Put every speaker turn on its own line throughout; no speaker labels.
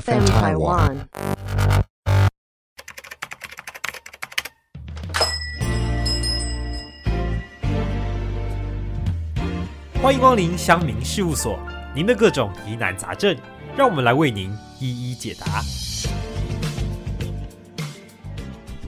FM Taiwan.
欢迎光临乡民事务所，您的各种疑难杂症，让我们来为您一一解答。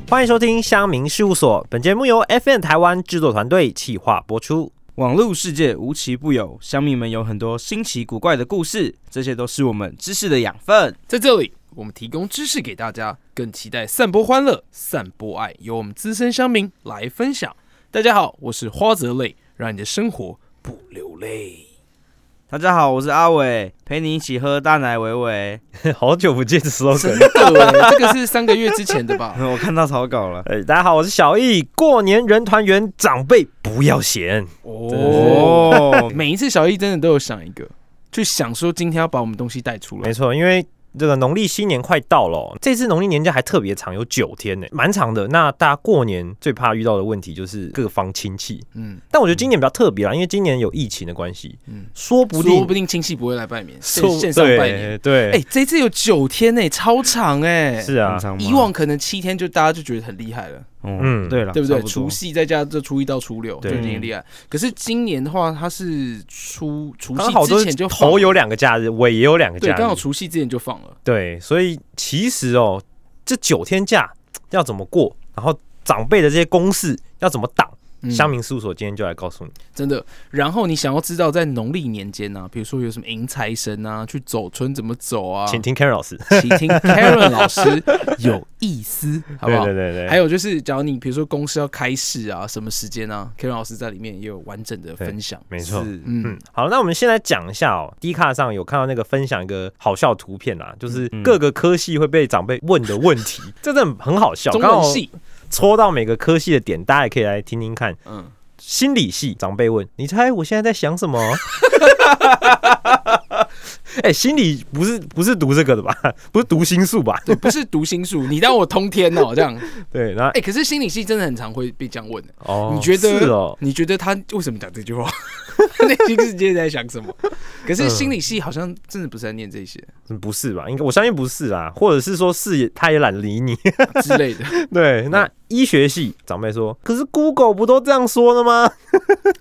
欢迎收听乡民事务所，本节目由 FN 台湾制作团队企划播出。
网络世界无奇不有，乡民们有很多新奇古怪的故事，这些都是我们知识的养分。
在这里，我们提供知识给大家，更期待散播欢乐、散播爱，由我们资深乡民来分享。大家好，我是花泽类，让你的生活不流泪。
大家好，我是阿伟，陪你一起喝大奶维维。
好久不见的 slogan。
对，这个是三个月之前的 吧？
我看到草稿 了，
哎，大家好，我是小易。过年人团圆，长辈不要嫌。
哦，
哦，
每一次小易真的都有想一个，就想说今天要把我们东西带出来
没。错，因为这个农历新年快到了哦，这次农历年假还特别长，有九天呢，蛮长的。那大家过年最怕遇到的问题就是各方亲戚，
嗯，
但我觉得今年比较特别啦，因为今年有疫情的关系，
嗯
说不定
说不定亲戚不会来拜年，线
说
线上拜年。
对对、
哎、这次有九天呢、超长哎、
是啊
很，长吗
以往可能七天就大家就觉得很厉害了。
嗯，
啊
对了，
对不
差
对？
多
除夕再加这初一到初六就
对
已经很厉害。可是今年的话，它是初除
刚好
夕
都
之
是
前就放
头有两个假日，尾也有两个假
对，
日，
刚好除夕之前就放了。
对，所以其实哦，这九天假要怎么过，然后长辈的这些公事要怎么挡，
嗯
乡民事务所今天就来告诉你。
真的，然后你想要知道在农历年间呢、比如说有什么迎财神啊，去走村怎么走啊，
请听 Karen 老师，
请 听 Karen 老师有意思，好不好？
对对对对，
还有就是，假如你比如说公司要开市啊，什么时间啊，Karen 老师在里面也有完整的分享。
没错。
是
嗯
嗯，好，那我们先来讲一下哦。D 卡上有看到那个分享一个好笑图片啊，就是
嗯
各个科系会被长辈问的问 题，这真的很好笑。
中
刚好
文系，
戳到每个科系的点，大家也可以来听听看。
嗯，
心理系长辈问：“你猜我现在在想什么？” 哎、心理不是不是读这个的吧？ 不是读心术吧？
对，不是读心术，你当我通天哦，这样。
对，然后、
哎、可是心理系真的很常会被这样问的。
哦，
你觉得
是哦？
你觉得他为什么讲这句话？ 他内心世界在想什么？可是心理系好像真的不是在念这些
嗯不是吧？应该我相信不是啦，或者是说是也他也懒得理你。
之类的。嗯
对，那医学系长辈说：“可是 Google 不都这样说的吗？”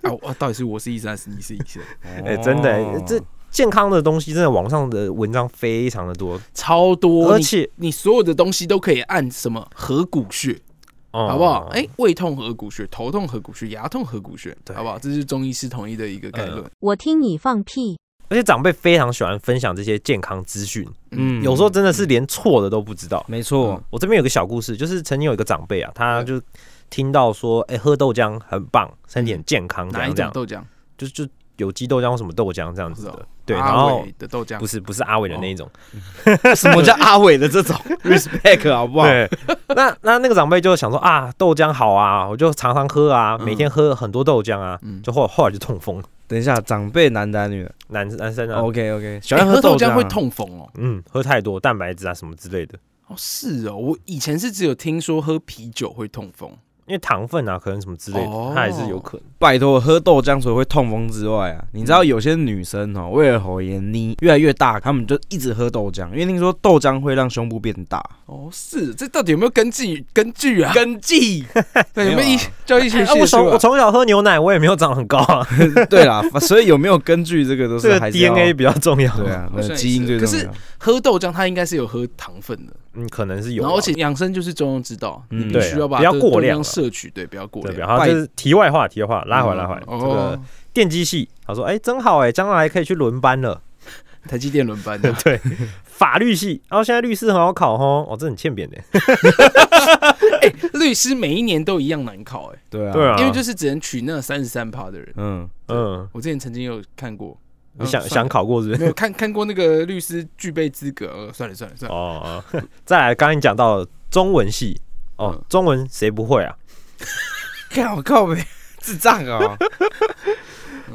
啊，我到底是我是医生还是你是医生？
哎、真的、
哦
哎这健康的东西真的网上的文章非常的多，
超多，
而
你
且
你所有的东西都可以按什么合谷穴，
哦
好不好？哎、胃痛合谷穴，头痛合谷穴，牙痛合谷穴，
对嗯
好不好？这是中医师统一的一个概论。
我听你放屁。
而且长辈非常喜欢分享这些健康资讯，
嗯
有时候真的是连错的都不知道。
没
嗯
错，
我这边有个小故事，就是曾经有一个长辈啊，他就听到说，哎、喝豆浆很棒，身体很健康，这
嗯哪
样
一
这
种
样，
豆浆？
就就有机豆浆或什么豆浆这样子
不知
的
道，啊
对，然
阿
后
伟哦的豆浆哎
不是不是阿伟的那一 种，
什么叫阿伟的这种 respect 好不好？
对，那那那个长辈就想说啊，豆浆好啊，我就常常喝啊，
嗯
每天喝很多豆浆啊，
嗯
就后后来就痛风，
等一下，长辈男的还是女的
男男生啊，
？OK OK，喜
哎
欢
喝豆
浆啊
浆会。痛风哦。
嗯，喝太多蛋白质啊什么之类的，
哦，是哦，我以前是只有听说喝啤酒会痛风，
因为糖分啊，可能什么之类的，
哦
它还是有可能。
拜托，喝豆浆除了会痛风之外啊，你知道有些女生哦，为了喉炎你越来越大，她们就一直喝豆浆，因为听说豆浆会让胸部变大。
哦，是，这到底有没有根据根据啊？
根据
对，有没
没
有
有
医
啊
叫 医学
啊，我从
系数
我
啊？
从小喝牛奶，我也没有长很高 啊，
对啦，所以有没有根据这个都
这
是
个
还是要
DNA 比较重要。
对啊，
好
那
像也
基因最
是
重
可
要。
喝豆浆它应该是有喝糖分的，
嗯，可能是有啊。
然后而且养生就是中庸之道，
嗯
你必
对啊
须要把
不要
这个
过
豆
量
浆
了
摄取，对，不要过
对，
量。
然后这是题外话，题外话，拉回来，拉回来。
哦
这个电机系，他说，哎，真好哎，将来可以去轮班了。
台积电轮班的
对，法律系，然后现在律师很好考哦，哦，这很欠扁的。
律师每一年都一样难考，哎，
对啊，
对啊，
因为就是只能取那三十三趴的人。
嗯，
嗯，
我之前曾经有看过，
你想
嗯算了
想考过是不
没
是？
有看看过那个律师具备资格，呃算了算 了算了，
哦，哦再来，刚刚你讲到中文系，哦
嗯，
中文谁不会啊？
看我靠呗，智障啊！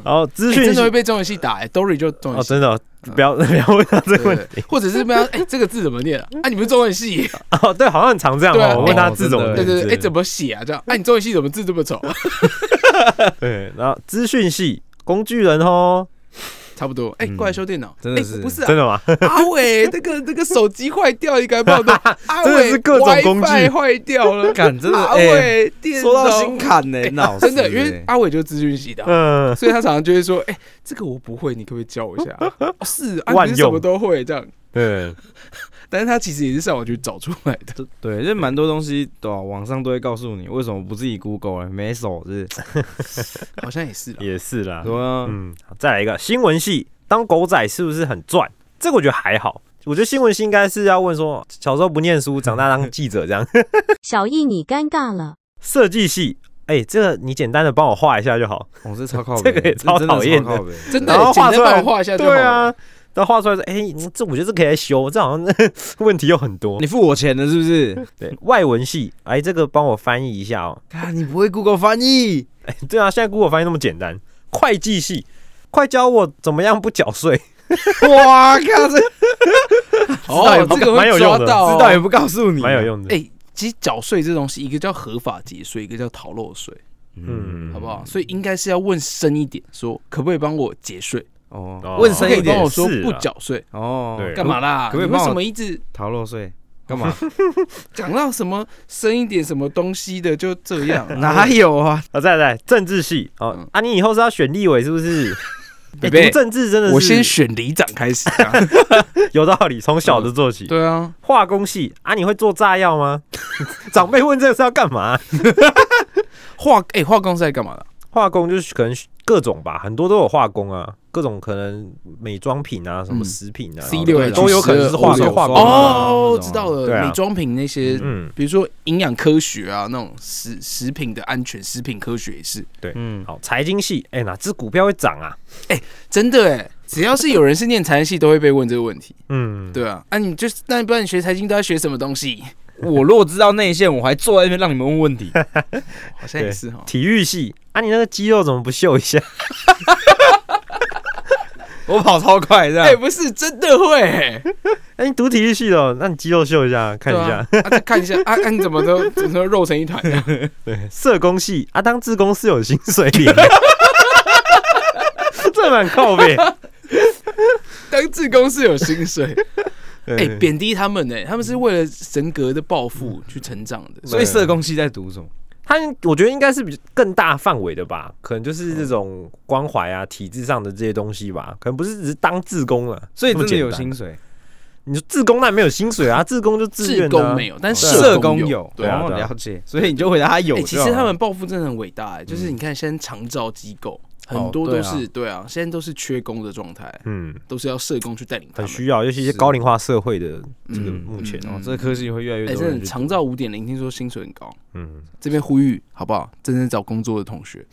然后资
欸
讯
真
系
的会被中文系打，哎，Dory 就中
哦，
文系
真的哦
嗯
不要 不要问到这个问题
对，或者是不要哎、这个字怎么念啊？啊，你们中文系？
哦，对，好像很常这样
对啊
哦。我问他
哦
字怎么认
真的
对
字，
对对，哎、怎么写啊？这样，哎、你中文系怎么 字这么丑？
对，然后资讯系工具人哦，
差不多。哎、过来修电脑，
真的
哎
是
不是、啊、
真的吗？
阿伟，这个这个手机坏掉，一个 报道，阿
真的
伟
是各种工具
WiFi 坏掉了，
干真的
阿
哎，
伟 电
说到
脑
心坎呢，脑
真的，
死
因为
欸
阿伟就是资讯系 的啊，
嗯，
所以他常常就会说，哎，这个我不会，你可不可以教 我一下啊？哦是，啊，
万
你是什么
用
都会这样，
对，
但是他其实也是上网去找出来的。
对，这蛮多东西对吧？网上都会告诉你为什么不自己 Google 呢？没手是不是？
好像也是啦。
也是啦。
对啊，
嗯，好再来一个新闻系当狗仔是不是很赚？这个我觉得还好。我觉得新闻系应该是要问说，小时候不念 书，长大当记者这样。
小易你尴尬了。
设计系，哎、这个你简单的帮我画一下就好。
我是超靠北，
这个也超
真的
讨厌的
超靠北
真的
然后
简
画
单
出
帮
来
我画一下就好
对
了
啊，然后画出来说，哎、这我觉得这可以来修，这好像 问题又很多
你。付我钱了是 不是？
对，外文系，哎、这个帮我翻译一下哦。
啊，你不会 Google 翻译？
哎、对啊，现在 Google 翻译那么简单。会计系，快教我怎么样不缴税。
哇靠，这
道
哦
也，
这
不
个
啊蛮
会
有
抓
用的
到哦，
知道也不告诉你，啊
蛮有。用的。
哎、其实缴税这东西，一个叫合法节税，一个叫逃漏税，
嗯
好不好？所以应该是要问深一点，说可不可以帮我节税？
哦
哦，问
可
深
以
一
帮
点
我说
是
不
啊
缴税，
哦，
对
干嘛啦？
可不可以
你为
帮我
什么一直
逃漏税？ 干嘛？？
讲到什么深一点什么东西的就这样
哪有啊？
啊，再来政治系哦、
嗯
啊，你以后是要选立委是不 是？哎、
贝贝
读政治真的是
我先选里长开始啊！
有道理，从小的做起。
对啊，
化工系啊，你会做炸药 吗？长辈问这个是要干嘛？
化哎、化工是在干嘛的？
化工就是可能各种吧，很多都有化工啊，各种可能美妆品啊，什么
嗯
食品啊
C6H12
都有可能是化
欧洲
工化工啊。
哦
那，种啊
知道了，
对啊
美妆品那些，
嗯，
比如说营养科学啊，那种食食品的安全、食品科学也是
嗯，
好，财经系，哎、哪只股票会涨啊？
真的哎、只要是有人是念财经系，都会被问这个问题。
嗯，
对啊，啊你就是，那不然你学财经都要学什么东西？
嗯我若知道内线，我还坐在那边让你们问 问题。
好像也是哈。
体育系啊，你那个肌肉怎么不秀一下？
我跑超快这
哎、
样。
不是真的会、欸，
哎、你读体育系的哦，那你肌肉秀一下，看一下。
对啊，啊再看一下，啊，啊你怎么都怎么都肉成一团？啊
对，社工系啊，当志工是有薪水 领的，这蛮靠背。
当志工是有薪水，哎、
对
贬低他们呢、他们是为了神格的抱负去成长的，
所以社工系在读什么？
他我觉得应该是比更大范围的吧，可能就是这种关怀啊、体制上的这些东西吧，可能不是只是当志工了。
所以
这么
真的
简
有
单
薪水，
你说志工那没有薪水啊，志工就自
志
愿的啊、
工没有，但
对啊
社
工
有。
有，
对啊
哦
对啊
了解。所以你就回答他有啊
哎、
就好了。
其实他们抱负真的很伟大、欸，就是你看现在长照机构。很多都是、对啊，现在都是缺工的状态，
嗯，
都是要社工去带领他
很
们。
需要，尤其一些
是
高龄化社会的这个
嗯
目前，
嗯
哦，这个科系会越来
哎、
越多
真
人
的
去
长
读
照五点零，听说薪水很高。
嗯，
这边呼吁好不好？正在找工作的同学，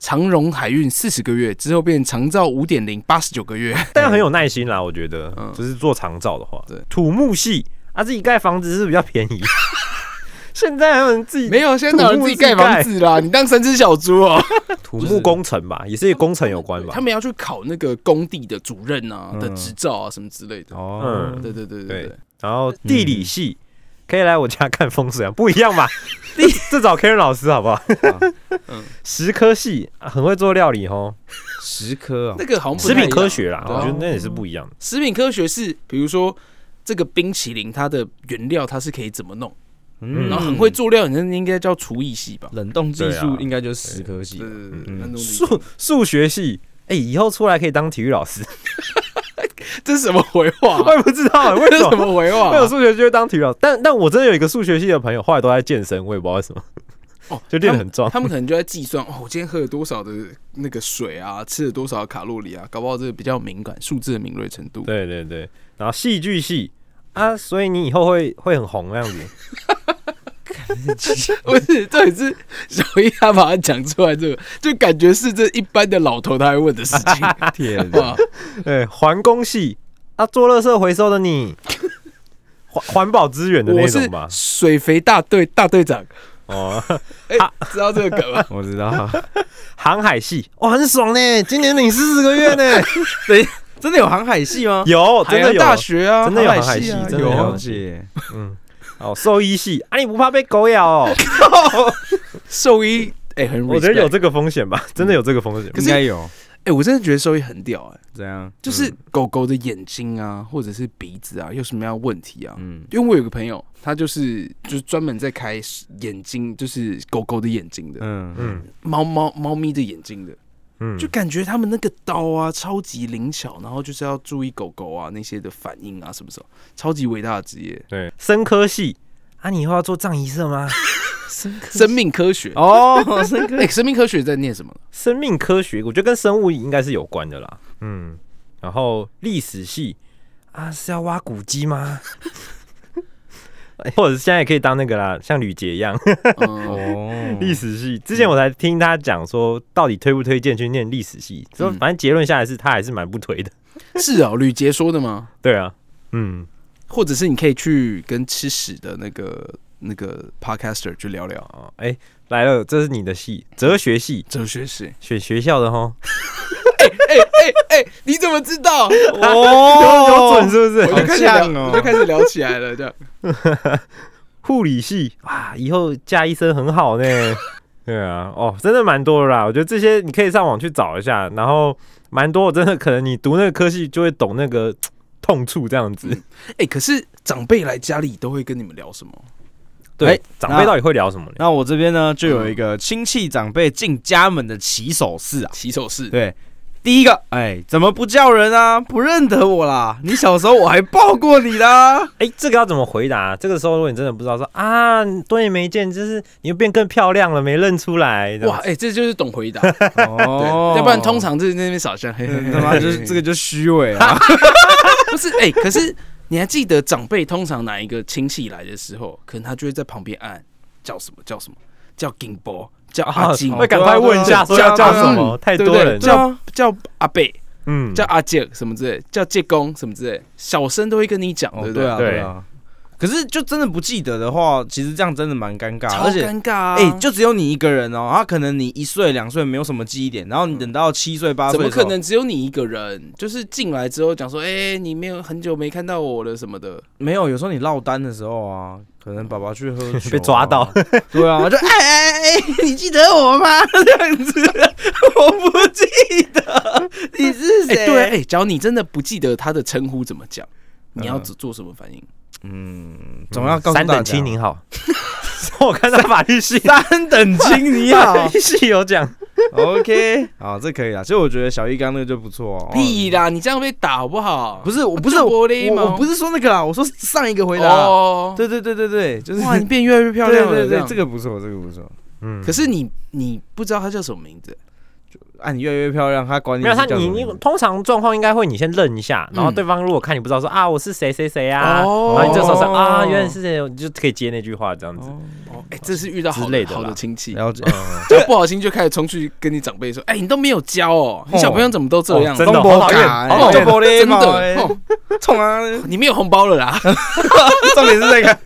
长荣海运四十个月之后变长照五点零八十九个月，
但很有耐心啦，我觉得，
嗯
就是做长照的话，
对
土木系啊，自己盖房子是比较便 宜。现在还有人自己
没有，现在哪有人自己盖房子啦？你当神之小猪哦、
土木工程吧，也是跟工程有关吧
他。们要去考那个工地的主任啊
嗯
的执照啊什么之类的。
哦
嗯，
对对对对
对然后
嗯
地理系可以来我家看风水啊， 不一样 吧？这找 Karen 老师好不好
好？
嗯
食科系啊很会做料理哦，
十科啊
那，个好像不
食
太一样
品科学啦，
对
我
啊
觉得那也是不一样的。
食品科学是比如说。这个冰淇淋它的原料它是可以怎么弄，
嗯
然后很会做料，那应该叫厨艺系吧？
冷冻技
对啊
术应该就是十科系
对
吧。
对对
嗯
对，那弄得
数数学系，哎，以后出来可以当体育老
啊
师，
这是什么回话
我也不知道 为
这是
什
什
么。
么回话
会有？数学就会当体育老师，但但我真的有一个数学系的朋友，后来都在健身，我也不知道为 什么，
哦，
就练得很壮
他们。他们可能就在计算哦，我今天喝了多少的那个水啊，吃了多少的卡路里啊，搞不好这个比较敏感，数字的敏锐程度。
对对对，然后戏剧系啊，所以你以后会会很红那 样子。
不是，这也是小一他把它讲出来，这个就感觉是这一般的老头他会问的事情。
天哪，
哇，
对，环工系啊，做垃圾回收的你， 环环保资源的那
我是
种吧？
水肥大队大队长，
哦，
哎、知道这个梗
啊
吗？
我知道，
航海系，哇，很爽呢，今年领四十个月 呢，
真的有航海系吗？
有
海
真的
洋
有
大学啊，
真的有
海
海
系啊
系，真的有
有啊
了解，
嗯，哦，兽医系啊，你不怕被狗咬 哦？
兽医，哎、很 respect，嗯
我觉得有这个风险吧，真的有这个风险。
可是
应该有。
哎、哎、我真的觉得兽医很屌哎、
怎样？
就是狗狗的眼睛啊，或者是鼻子啊，有什么样的问题啊？
嗯，
因为我有个朋友，他就是就是专门在开眼睛，就是狗狗的眼睛的，
嗯嗯
嗯
猫猫猫咪的眼睛的，
嗯，
就感觉他们那个刀啊超级灵巧，然后就是要注意狗狗啊那些的反应啊什么什么，超级伟大的职业，
对，生科系啊，你以后要做葬仪社 吗？生科
生命科学。
哦，生
哎、生命科学在念 什么？
生命科学，我觉得跟生物应该是有关的啦。嗯，然后历史系啊，是要挖古迹吗？或者是现在也可以当那个啦，像吕杰一样
嗯，
哦，
历史系。之前我才听他讲说，到底推不推荐去念历史系？说
嗯
反正结论下来是他还是蛮不推的。
是啊，吕杰说的吗？
对啊，嗯，
或者是你可以去跟吃屎的那个那个 podcaster 去聊聊
哦，哎、来了，这是你的系，哲学系，
哲学史。
选学校的哦吼，
哎哎哎，你怎么知 道？
有
哦
准是不
我就
是？
开始聊
好呛哦
我就开始聊起来了，这样。
护理系哇，以后嫁医生很好 呢。对啊，哦，真的蛮多的啦。我觉得这些你可以上网去找一下，然后蛮多，真的可能你读那个科系就会懂那个痛处这样 子。
哎、可是长辈来家里都会跟你们聊什么？
对，
哎
长辈到底会聊什么呢？
那我这边呢，就有一个亲戚长辈进家门的起手式啊。
起手式，
对，第一个，哎，怎么不叫人啊？不认得我啦？你小时候我还抱过你啊啦。
哎、这个要怎么回答？这个时候如果你真的不知道说啊，多年没见，就是你又变更漂亮了，没认出来。
哇，
哇，
哎、这就是懂回答， 对，
哦
要不然通常就是那边傻笑， 嘿嘿嘿
他妈就是这个就虚伪 啊。
不是哎、可是你还记得长辈通常哪一个亲戚来的时候，可能他就会在旁边按叫什么叫什么叫金波叫阿金，
啊
啊
会赶快问一下说要叫什么，太
对
多
不对？
人了。
叫叫阿贝，
嗯，
叫阿杰什么之类，叫介公什么之类，小生都会跟你讲，对
哦，对
不对？
啊，
对
对啊。可是就真的不记得的话，其实这样真的蛮尴尬，
超
而且
尴尬啊！
哎、就只有你一个人哦，他可能你一岁两岁没有什么记忆点，然后你等到七岁八
嗯怎
岁
么
的时候，
可能只有你一个人？就是进来之后讲说，哎、你没有很久没看到我了什么的，
没有？有时候你落单的时候啊，可能爸爸去 喝酒、
被抓到，
对啊，就哎哎哎，你记得我吗？ 这样子，我不记得你是
哎、
谁、
对啊，哎、假如你真的不记得他的称呼怎么讲，你要
嗯
做做什么反应？
嗯，总要告诉大
三
家
等亲您好。 我看到法律 系，
三等亲你 好
是有讲，
，OK，好，这可以啊。其实我觉得小一刚那个就不错哦。
屁啦，你这样被打好不好？
不
是
是，我不是
就
我
玻璃
我
吗
我不是说那个啦，我说上一个回答。
哦，
对对对对对，啊就是
哇，你变越来越漂亮了，
啊对对对，
样
这个不错，这个不错。
嗯
可是你你不知道他叫什么名字，
啊，你越来越漂亮，他管你
没有他，
叫什
你
么
你
名字
通常状况应该会你先认一下，然后
嗯
对方如果看你不知道说啊我是谁谁谁啊，
哦
然后你这时候说啊原来是谁，你就可以接那句话这样子。
哦
哦，哎、这是遇到好
之类
的
的啦
好的亲戚，
了解，
就不好心就开始冲去跟你长辈说，哎、你都没有教哦，你小朋友怎么都这样？
哦真的好
都不
讨厌，
敢
好讨
就
厌。
不礼
真的
貌欸
哦，
冲啊！
你没有红包了啦！
重点是这个。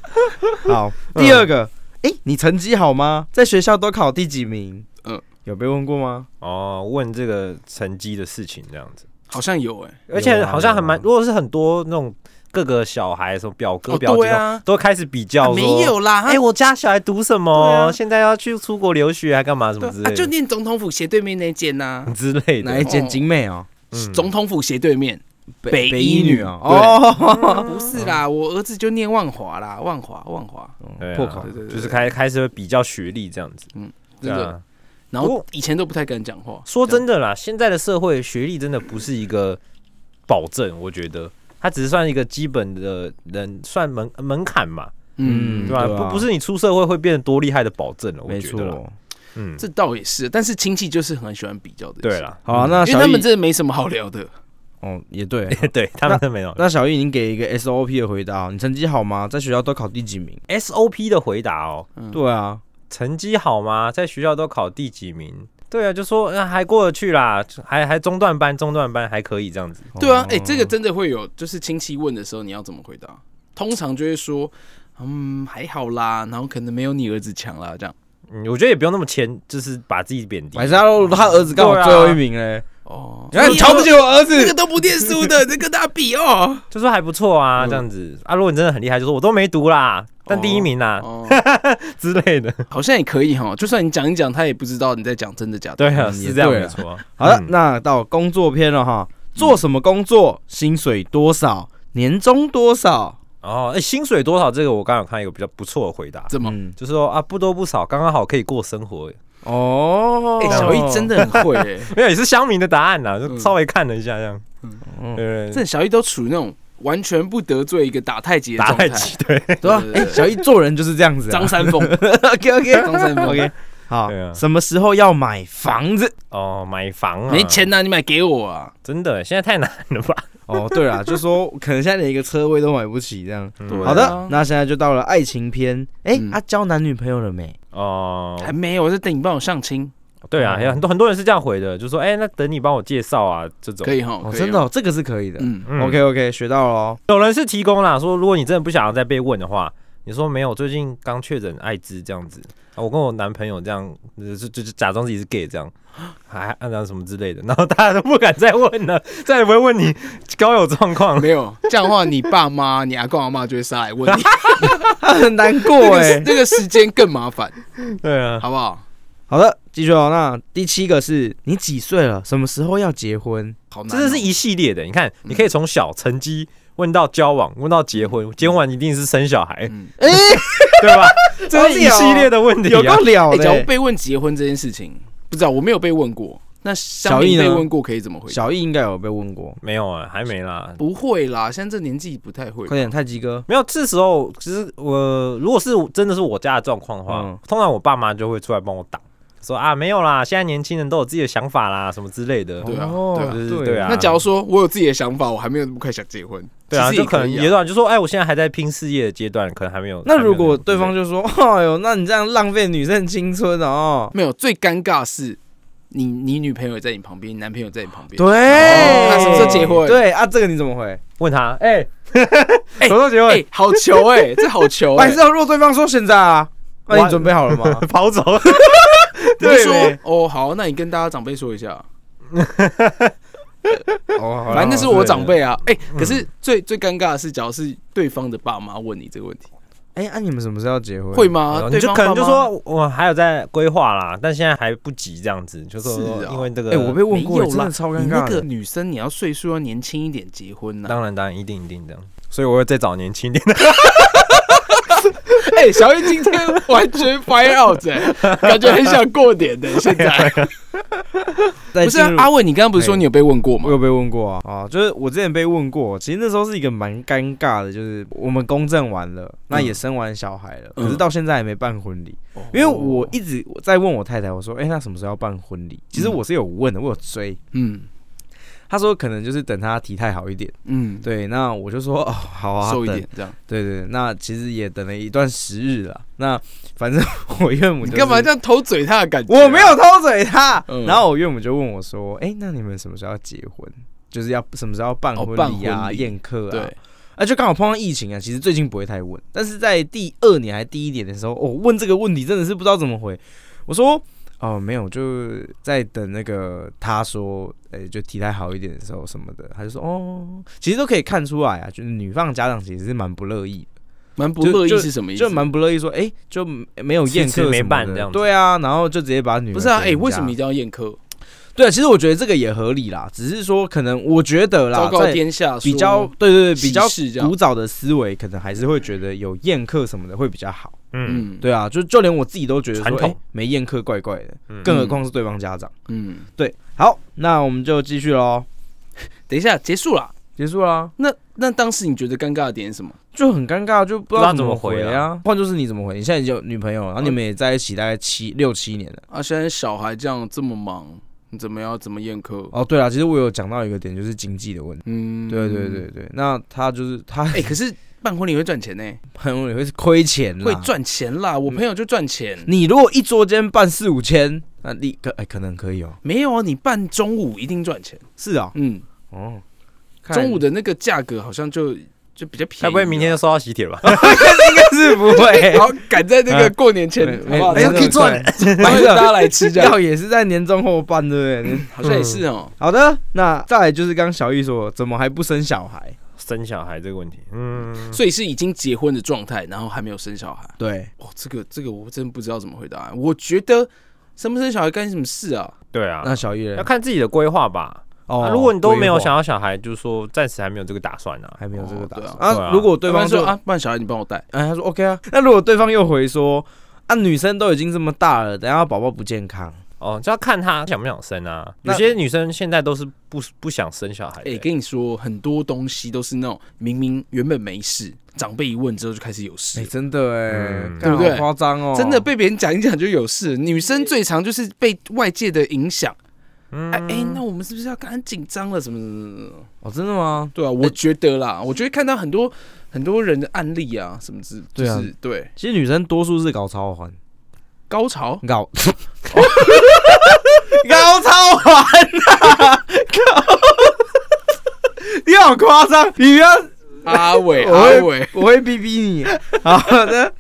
好， 第二个，哎，你成绩好吗？在学校都考第几名？
嗯
有被问过吗？
哦，问这个成绩的事情这样子，
好像有哎、
而且好像还蛮
有，啊
如果是很多那种各个小孩什么表哥
哦
表
对
姐
啊
都开始比较，
没有，啦，
哎我家小孩读什
对啊
么，现在要去出国留学还干嘛什
对
么之类
啊，就
的嗯
念总统府斜对面那间呐、
之类
哪
的
一，间景美哦？
嗯
总统府斜对面、北
北
一
一女
女啊
啊
哦。
对
哦，
不是
嗯
啦，我儿子就念万华啦，万华万华，
对啊
破口
对对对，
就是开开始会比较学历这样子，
真
对
的。
啊
然
不
后
过
以前都不太敢讲话，
说真的啦，现在的社会学历真的不是一个保证，我觉得它只是算一个基本的人算门门槛嘛，
嗯，
对吧？
对啊
不不是你出社会会变得多厉害的保证了，我
没
觉得啦，
错。
嗯，
这倒也是，但是亲戚就是很喜欢比较的，
对，啦，
好啊，那
因
小
为他们
易，
真的没什么好聊的，
哦，也对。
嗯对他们都没有
那小易，你给一个 SOP 的回答哦，你成绩好吗？在学校都考第几名？
SOP 的回答哦，
嗯
对啊，
成绩好吗？在学校都考第几名？对啊，就说、嗯、还过得去啦，还还中段班，中段班还可以这样子。
对啊，哎、
哦
这个真的会有，就是亲戚问的时候，你要怎么回答？通常就会说，嗯，还好啦，然后可能没有你儿子强啦，这样。
嗯，我觉得也不用那么谦，就是把自己贬低
还。是要他儿子刚好最后一名嘞。
哦，
啊你看，瞧不起我儿
这个
子，
都不念书 的，这跟他比哦。
就说还不错啊，
嗯
这样子啊。如果你真的很厉害，就说我都没读啦，但第一名啦、
哦，
之类的。
好像也可以哈，就算你讲一讲，他也不知道你在讲真的假 的。
对啊，
嗯
是
也
这样
对
没
啊
错。
好了
嗯，
那到工作篇了哈，做什么工作，薪水多少，年终多少？
哦，哎、薪水多少？这个我刚刚有看一个比较不错的回答，
怎么？
嗯，
就是说啊，不多不少，刚刚好可以过生活。
哦，
哎，小易真的很会哎，
没有，也是乡民的答案啦，就
嗯
稍微看了一下这样。
嗯
对
哦这小易都处于那种完全不得罪一个打太极的
打
状
太
态。
极，对
对啊
对，对
哎，
对
小易做人就是这样子啊。
张三丰，哎
OK OK
张三丰
OK，好
对啊，
什么时候要买房子？
哦，买房啊，
没钱呐，你买给我啊。
真的，现在太难了吧？
哦，对了， 就说可能现在连一个车位都买不起这样。
嗯
对啊
好的，那现在就到了爱情篇。哎
嗯，
他交男女朋友了没？
哦，
还嗯没有，我在等你帮我上清，
对啊，还有很多很多人是这样回的，就说哎、那等你帮我介绍啊，这种
可。以哈，
哦，
可以
真的
齁，
哦，这个是可以的。
嗯，
嗯
OK OK，学到了哦。
有人是提供啦，说如果你真的不想要再被问的话，你说没有，最近刚确诊艾滋这样子、啊，我跟我男朋友这样，呃就就就假装自己是 gay 这样，还按照什么之类的，然后大家都不敢再问了，再也不会问你交友状况了。
没有这样的话，你爸妈、你阿公阿妈就会杀来问你，
他很难过 哎。
这个时间更麻烦，
对啊，
好不好？
好的，继续哦。那第七个是你几岁了？什么时候要结 婚？
好难
这
哦，嗯
就是一系列的，你看，你可以从小成绩问到交往，问到结婚，结婚完一定是生小孩，
嗯，哦
哎，
对吧？这是一系列的问题
有
啊
够。了
哎，假如
的。欸
被问结婚这件事情，不知道我没有被问过，那小
小易
易
呢
被问过可以怎么回答？
小易应该有被问过，
没有啊，还没啦。
不会啦，现在这年纪不太会
快。点，太极哥。
没有，这时候其实我如果是真的是我家的状况的话，
嗯
通常我爸妈就会出来帮我挡，说啊没有啦，现在年轻人都有自己的想法啦，什么之类的。
对啊
哦
对啊
就是对啊
那假如说我有自己的想法，我还没有那么快想结婚，
对啊，
其实
就
也
可能
以
有的人就说，哎，我现在还在拼事业的阶段，可能还没有。
那
还没有
如果
个
对方就说：“哎呦，那你这样浪费女生青春哦。
没有，最尴尬是你你女朋友也在你旁边，你男朋友在你旁” 边，
对，
哦那什么时候结婚
对啊，这个你怎么回？
问他，哎，
哎
什么时候结
哎、
婚？
好球哎、这好球 哎、
晚上如果对方说现在
哦
啊，那
哇
你准备好 了吗？
跑走，
你就说
呗
哦好，那你跟大家长辈说一下，
哦，好啦
反正那是我长。辈啊。哎、可是最、最尴尬的是，假如是对方的爸妈问你这个问题，
哎，啊，你们什么时候要结婚？
会吗？
啊你
哦对
就
方
可能
爸
就
妈
说我还有在规划啦，但现在还不急这样子，就说
是哦
因为这个，
哎，我被问过，
没有
真
啦
的超尴
你
尬
那
的
个。女生，你要岁数要年轻一点结婚呐、
当然当然一定一定这样，所以我会再找年轻一点的。
哎、小易今天完全 fire out，、哎，感觉很想过年的、现在
再
不是、啊
进、入
阿伟，你刚刚不是说
哎
你有被问过吗
我？有被问过啊，啊，就是我之前被问过，其实那时候是一个蛮尴尬的，就是我们公证完了，那也生完小孩了，
嗯哦
可是到现在还没办婚礼，因为我一直我在问我太太，我说，哎、那什么时候要办婚礼？其实我是有问的，我有追，
嗯
她说可能就是等她体态好一点，
嗯，
对，那我就说，哦，好啊，
瘦一
等
点这样。
对对，对那其实也等了一段时日了，那反正 我岳母、
你干嘛这
样？
样偷嘴他的感觉啊、
我没有偷嘴她，
嗯
然后我岳母就问我说，哎、那你们什么时候要结婚？就是要什么时候要办
哦
婚
办
礼啊、
婚礼
宴客啊，
对，
啊，就刚好碰到疫情啊，其实最近不会太问，但是在第二年还第一年的时候，我、问这个问题真的是不知道怎么回。我说哦，没有，就在等那个他说，呃、就体态好一点的时候什么的，他就说哦，其实都可以看出来啊，就是女方家长其实是蛮不乐意
蛮不乐意
就是
什么意思？
就蛮不乐意说，哎、就没有宴
迟迟
客
没
什么
办
的
这样子
对啊，然后就直接把女儿
不是啊？
丢
哎、
人
为什
家
么一定要宴客？
对啊，其实我觉得这个也合理啦，只是说可能我觉得
昭
啦，
告
在
天下嗯
比较对对对，比较
是这样
古。早的思维，可能还是会觉得有宴客什么的会比较好。
嗯，
嗯，
对啊，就就连我自己都觉得
传
说，
统
哎，没宴客怪怪的，
嗯
更何况是对方家长。
嗯，
对，好，那我们就继续喽，
等一下结束了。
结束啦，
那那当时你觉得尴尬的点是什么？
就很尴尬，就不
不
知
知道
道
怎
怎
么
么
回
回
啊
啊。换就是你怎么回？你现在已经有女朋友了，然后你们也在一起大概七六七年了。
啊，现在小孩这样这么忙，你怎么要怎么宴客？
哦，对了，其实我有讲到一个点，就是经济的问题。
嗯，
对对对。对，那他就是他
哎、可是办婚礼会赚钱呢、
很容易会亏钱啦，
会赚钱啦。
嗯
我朋友就赚钱。
你如果一桌间办四五千，那你可哎可能可以哦。
没有啊，你办中午一定赚钱。
是啊，
嗯，
哦，看来
中午的那个价格好像就就比较便宜。啊
该不会明天就收到喜帖了吧？
是不会
然后赶在那个过年前，好
嗯没
不好？
没
哎
然
呦
后
可以赚了
买给大家来吃 这样。
要也是在年终后半，对不对？
好像也是哦。
好的，那再来就是刚刚小易说，怎么还不生小孩？
生小孩这个问题，嗯，
所以是已经结婚的状态，然后还没有生小孩。
对，
哦，这个这个我真不知道怎么回答。我觉得生不生小孩干什么事啊？
对啊，
那小易
要
呢？
看自己的规划吧。
哦
啊如果你都没有
规划
想要小孩，就是说暂时还没有这个打算啊。
还没有这个打
哦
算
对
啊对啊
如果对
对
方
方
说
说啊
啊，，
不然小孩你帮我带。
哎，他说 OK 啊，那如果对方又回说啊，女生都已经这么大了，等一下宝宝不健康，
哦，就要看她想不想生啊。
那
有些女生现在都是不不想生小孩的、
哎、跟你说，很多东西都是那种明明原本没事，长辈一问之后就开始有事
哎，
了。
真的哎，
嗯
干
对不对
好夸张哦，
真的被别人讲一讲就有事了，女生最常就是被外界的影响。
嗯
哎、哎、那我们是不是要感紧张了？什么什么什么什么？
哦，真的吗？
对啊，我觉得啦，我觉得看到很多很多人的案例啊，什么之，就
对啊
是对
其实女生多数是搞超环，
高潮，
搞 搞超环啊，搞，你好夸张，你不要
阿伟
我会
阿伟
我会逼逼你。好 的，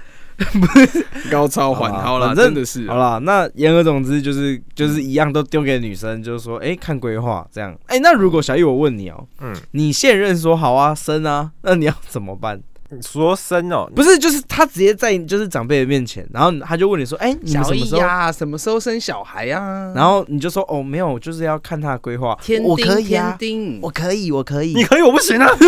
高超环，
好啦
好啦，
啊反正
真的是啊
好啦，那言而总之就是就是一样都丢给女生，就是说，哎、看规划这样。哎、那如果小易我问你哦、
嗯
你现任说好啊，生啊，那你要怎么办？
嗯
你说生哦，
不是，就是他直接在就是长辈的面前，然后他就问你说，哎、你们
小
什么
易啊
时候？
呀、什么时候生小孩呀、啊？
然后你就说，哦，没有，我就是要看他的规划，我可以啊，
丁
我可以，我可以
你。可以，我不行啊。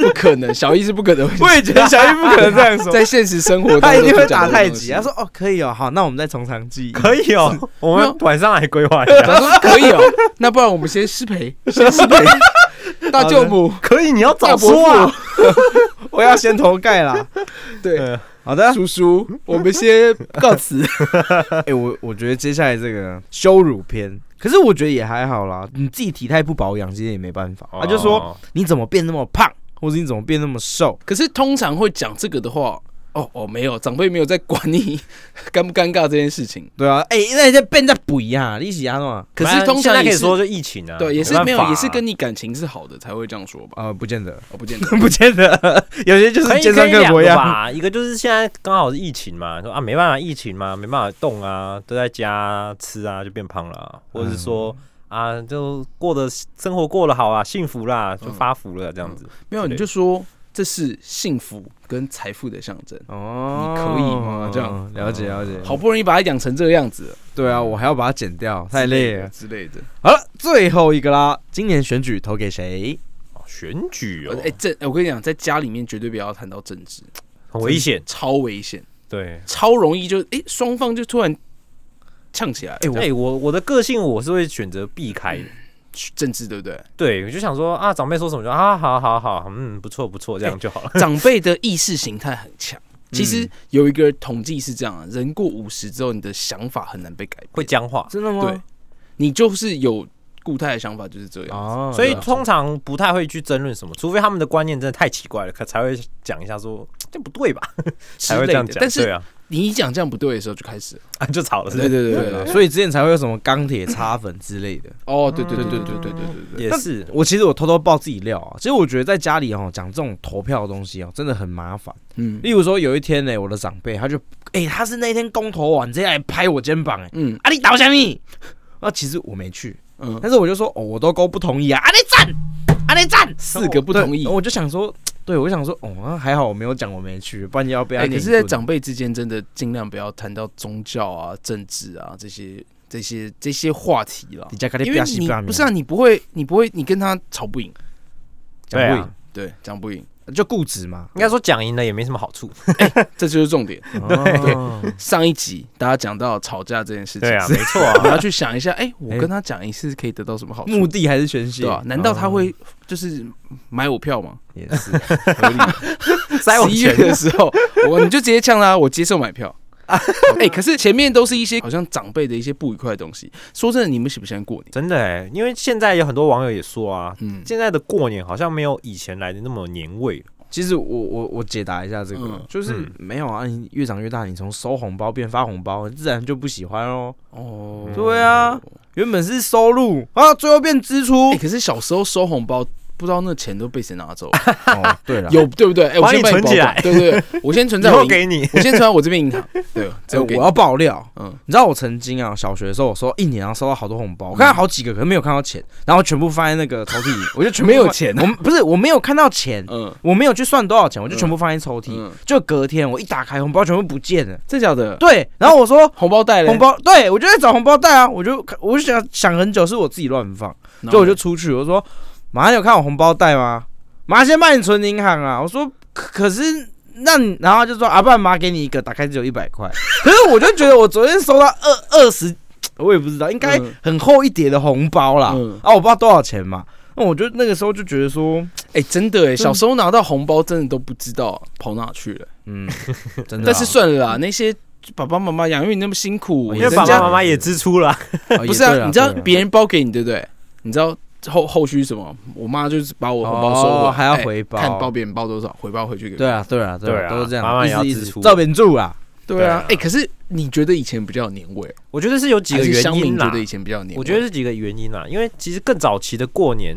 不可能，小易是不可 能
我也觉得小易不可能 这样说，
在现实生活当中
他一定会
就讲
打
这种
太
东
极。
西
他说，哦，可以哦，好，那我们再从长 计议。
可以哦，我
没
们
有
晚上来规划一下。
他说可以哦，那不然我们先 失陪，先失陪。大舅母，
可以，你要
大
早
伯
说啊。
父，
我要先头盖 啦。
对，
好的，
叔叔，我们先告辞。
哎、我我觉得接下来这个羞辱篇，可是我觉得也还好啦。你自己体态不保养，其实也没办法。他、啊就说
哦，
你怎么变那么胖，或者你怎么变那么瘦？
可是通常会讲这个的话，哦哦，没有，长辈没有在管你 尴不尴尬这件事情。
对啊，哎、那你在变在不一样，啊你喜欢嘛？
可
反
是
正
通
现
常
在可
也
以
是
说就疫情啊，
对，也是
办
没有
法，啊
也是跟你感情是好的才会这样说吧。
呃，不见得，
哦，不见得
。不见得，有些 就
可
是
以
尖
可
酸
以
刻
两
薄
个
呀。
吧，一个就是现在刚好是疫情嘛，说啊没办法疫情嘛，没办法动啊，都在家吃啊就变胖了啊，或者是说。啊，就过得生活过得好啊，幸福啦，就发福了这样子。
没有，你就说这是幸福跟财富的象征。
哦
你可以吗这样
了解了解。
好，不容易把它养成这个样子了，
对啊，我还要把它剪掉，太累了。
之类的。
好了，最后一个啦，今年选举投给谁？
哦选举哦
哎、，政，我跟你讲，在家里面绝对不要谈到政治，
很危险。
超危险，
对，
超容易就哎双、方就突然呛起来。哎、
哎我
哎，我我的个性我是会选择避开的。
政治对不对？
对，我就想说啊，长辈说什么就啊，好好好，嗯，不错不错，这样就好了。
长辈的意识形态很强。其实有一个统计是这样啊，人过五十之后，你的想法很难被改变，
会僵化，
真的
对？你就是有固态的想法，就是这样。
哦，
所以
啊
了解
通常不太会去争论什么，除非他们的观念真的太奇怪了，可才会讲一下说这不对吧，
之
才会这
类
样
的。
讲。
但
对
是
啊，
你一讲这样不对的时候，就开始了。
啊就吵了，是不
对
是
对对
对
对
了，
对。
所以之前才会有什么钢铁擦粉之类的。
哦，对对对对对对对对对对。
也是
我其实我偷偷爆自己料啊，其实我觉得在家里哦讲这种投票的东西哦，真的很麻烦。
嗯
例如说有一天呢，我的长辈他就哎、他是那天公投完直接来拍我肩膀哎、
嗯
啊你倒下你，啊其实我没去，
嗯，
但是我就说哦我都勾不同意啊，啊你站，啊你站，
四个不同意
对我就想说，对我就想说哦啊还好我没有讲我没去，不然要被他
哎，
念
可
一顿、
是，在长辈之间，真的尽量不要谈到宗教啊、政治啊这些、这些、这些话题了
你，家
因为你不是啊，你不会，你不会，你跟他吵不赢，
讲
对
不
啊
赢，
对，讲不赢，
就固执嘛，
应该说讲赢了也没什么好处。
这就是重点。
哦
上一集大家讲到吵架这件事情，
对啊，没错
你
啊，
要去想一下，哎，我跟他讲一次可以得到什么好处
目？的还是宣泄哦
对吧？哦难道他会就是买我票吗？
也是
塞我
十一月
钱
的时候，我你就直接呛他，我接受买 票。哎、可是前面都是一些好像长辈的一些不愉快的东西。说真的，你们喜不喜欢过年？
真的哎、因为现在有很多网友也说啊，
嗯，
现在的过年好像没有以前来的那么有年味了。
其实我我我解答一下这个，
嗯
就是
嗯
没有啊，你越长越大，你从收红包变发红包，自然就不喜欢哦。
哦
对啊，原本是收入啊，最后变支出
哎、，可是小时候收红包不知道那钱都被谁拿 走，
哦，对了，
有对不对？哎，我
帮
先
你
帮
存
保
起
管
来
对对对，我先
以
存 在我
后
银，
给你。
我先存在我这边银行，对，
呃
只有给
我要爆料，
嗯，
你知道我曾经啊，小学的时候，我收一年要收到好多红包，我看
嗯
到好几个，可是没有看到钱，然后全部放在那个抽屉里，我就全部
没有
放
钱啊
我不是我没有看到钱，
嗯
我没有去算多少钱，我就全部放在抽屉。
嗯，
就隔天我一打开，红包全部不见 了。
真假的？
对，然后我说
红包袋嘞
红，包，对我就在找红包袋啊，我就我就想想很久，是我自己乱放，
然
就
后
我就出去，我说马上有看我红包袋吗？马上先帮你存银行啊！我说可可是那你，然后他就说阿爸妈给你一个，打开只有一百块。 可是我就觉得我昨天收到二二十，我也不知道，应该
嗯
很厚一叠的红包啦。
嗯
啊，我不知道多少钱嘛。那我就那个时候就觉得说，
哎，真的哎，小时候拿到红包真的都不知道跑哪去了，
嗯，真的啊、
但是算了啦，那些爸爸妈妈养育你那么辛苦，
哦因为
因
人
爸
家
爸妈妈也支出了，
哦
不是啊，你知道别
人
人包给你对不对？你知道后后续是什么？我妈就是把我红包收回来，
哦还要
哎
回报，
看包别人包多少，回包回去给
对啊，对啊，
对
啊，
啊
都是这样，
妈妈也要
一
支
直一直
出
照本住啊。
对啊，哎、
对啊
可是你觉得以前比较有年味哦，
我觉得是有几
还
个
是
原
乡
因
民
啦
觉。得以前比较有年味？
我觉得，是几个原因啦，因为其实更早期的过年，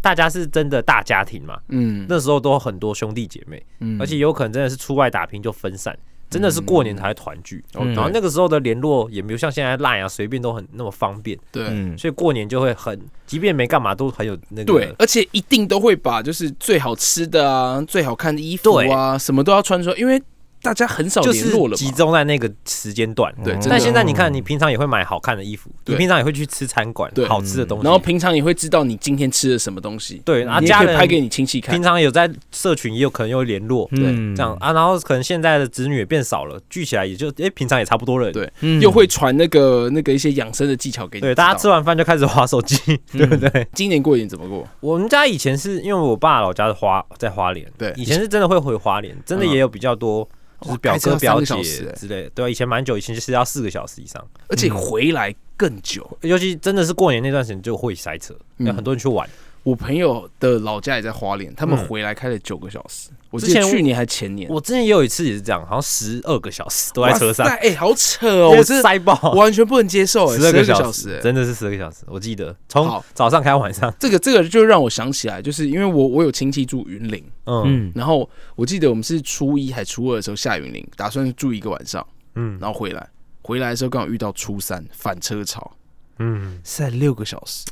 大家是真的大家庭嘛，
嗯，
那时候都很多兄弟姐妹，
嗯
而且有可能真的是出外打拼就分散，真的是过年才会团聚。
嗯
然后那个时候的联络也没有像现在 Line 啊随便都很那么方便，
对、
嗯，
所以过年就会很，即便没干嘛都很有那个。
对，而且一定都会把就是最好吃的啊、最好看的衣服啊，什么都要穿出来，因为大家很少
就
联
是
络了
集
嘛。
中在那个时间段。嗯
对，真
但
的。
现在你看，你平常也会买好看的衣服，
对
你平常也会去吃餐馆
对嗯
好吃的东西，
然后平常也会知道你今天吃了什么东西，
对，然后
你也
家嗯
可以
人
拍给你亲戚看
平。常有在社群也有可能有联络，
嗯
这样啊，然后可能现在的子女也变少了，聚起来也就哎、平常也差不多人，
对
嗯
又会传那个那个一些养生的技巧给你知道。
对，
嗯
大家吃完饭就开始划手机， 对不对？
今年过年怎么过？
我们家以前是因为我爸老家是花在花莲，
对嗯
以前是真的会回花莲，真的也有比较多。就是表哥
哇开车要三
表
个
姐
小时欸
之类的，对啊，以前蛮久，以前就是要四个小时以上，
而且回来更久。
尤其真的是过年那段时间就会塞车，
嗯
有很多人去玩。
我朋友的老家也在花莲，他们
嗯
回来开了九个小时。我
之
之前
前
去年还前年，
我之前也有一次也是这样，好像十二个小时都在车上
哇，塞哎、好扯哦！
也
我
是
是
塞爆，
我完全不能接受、哎，
十二
个
个小
时、哎
真的是十二个小时，我记得从
好
早上开到晚上，
这个这个就让我想起来，就是因为我我有亲戚住云林，
嗯
嗯
然后我记得我们是初一还初二的时候下云林，打算住一个晚上，
嗯
然后回来，回来的时候刚好遇到初三反车潮，
嗯，
塞六个小时。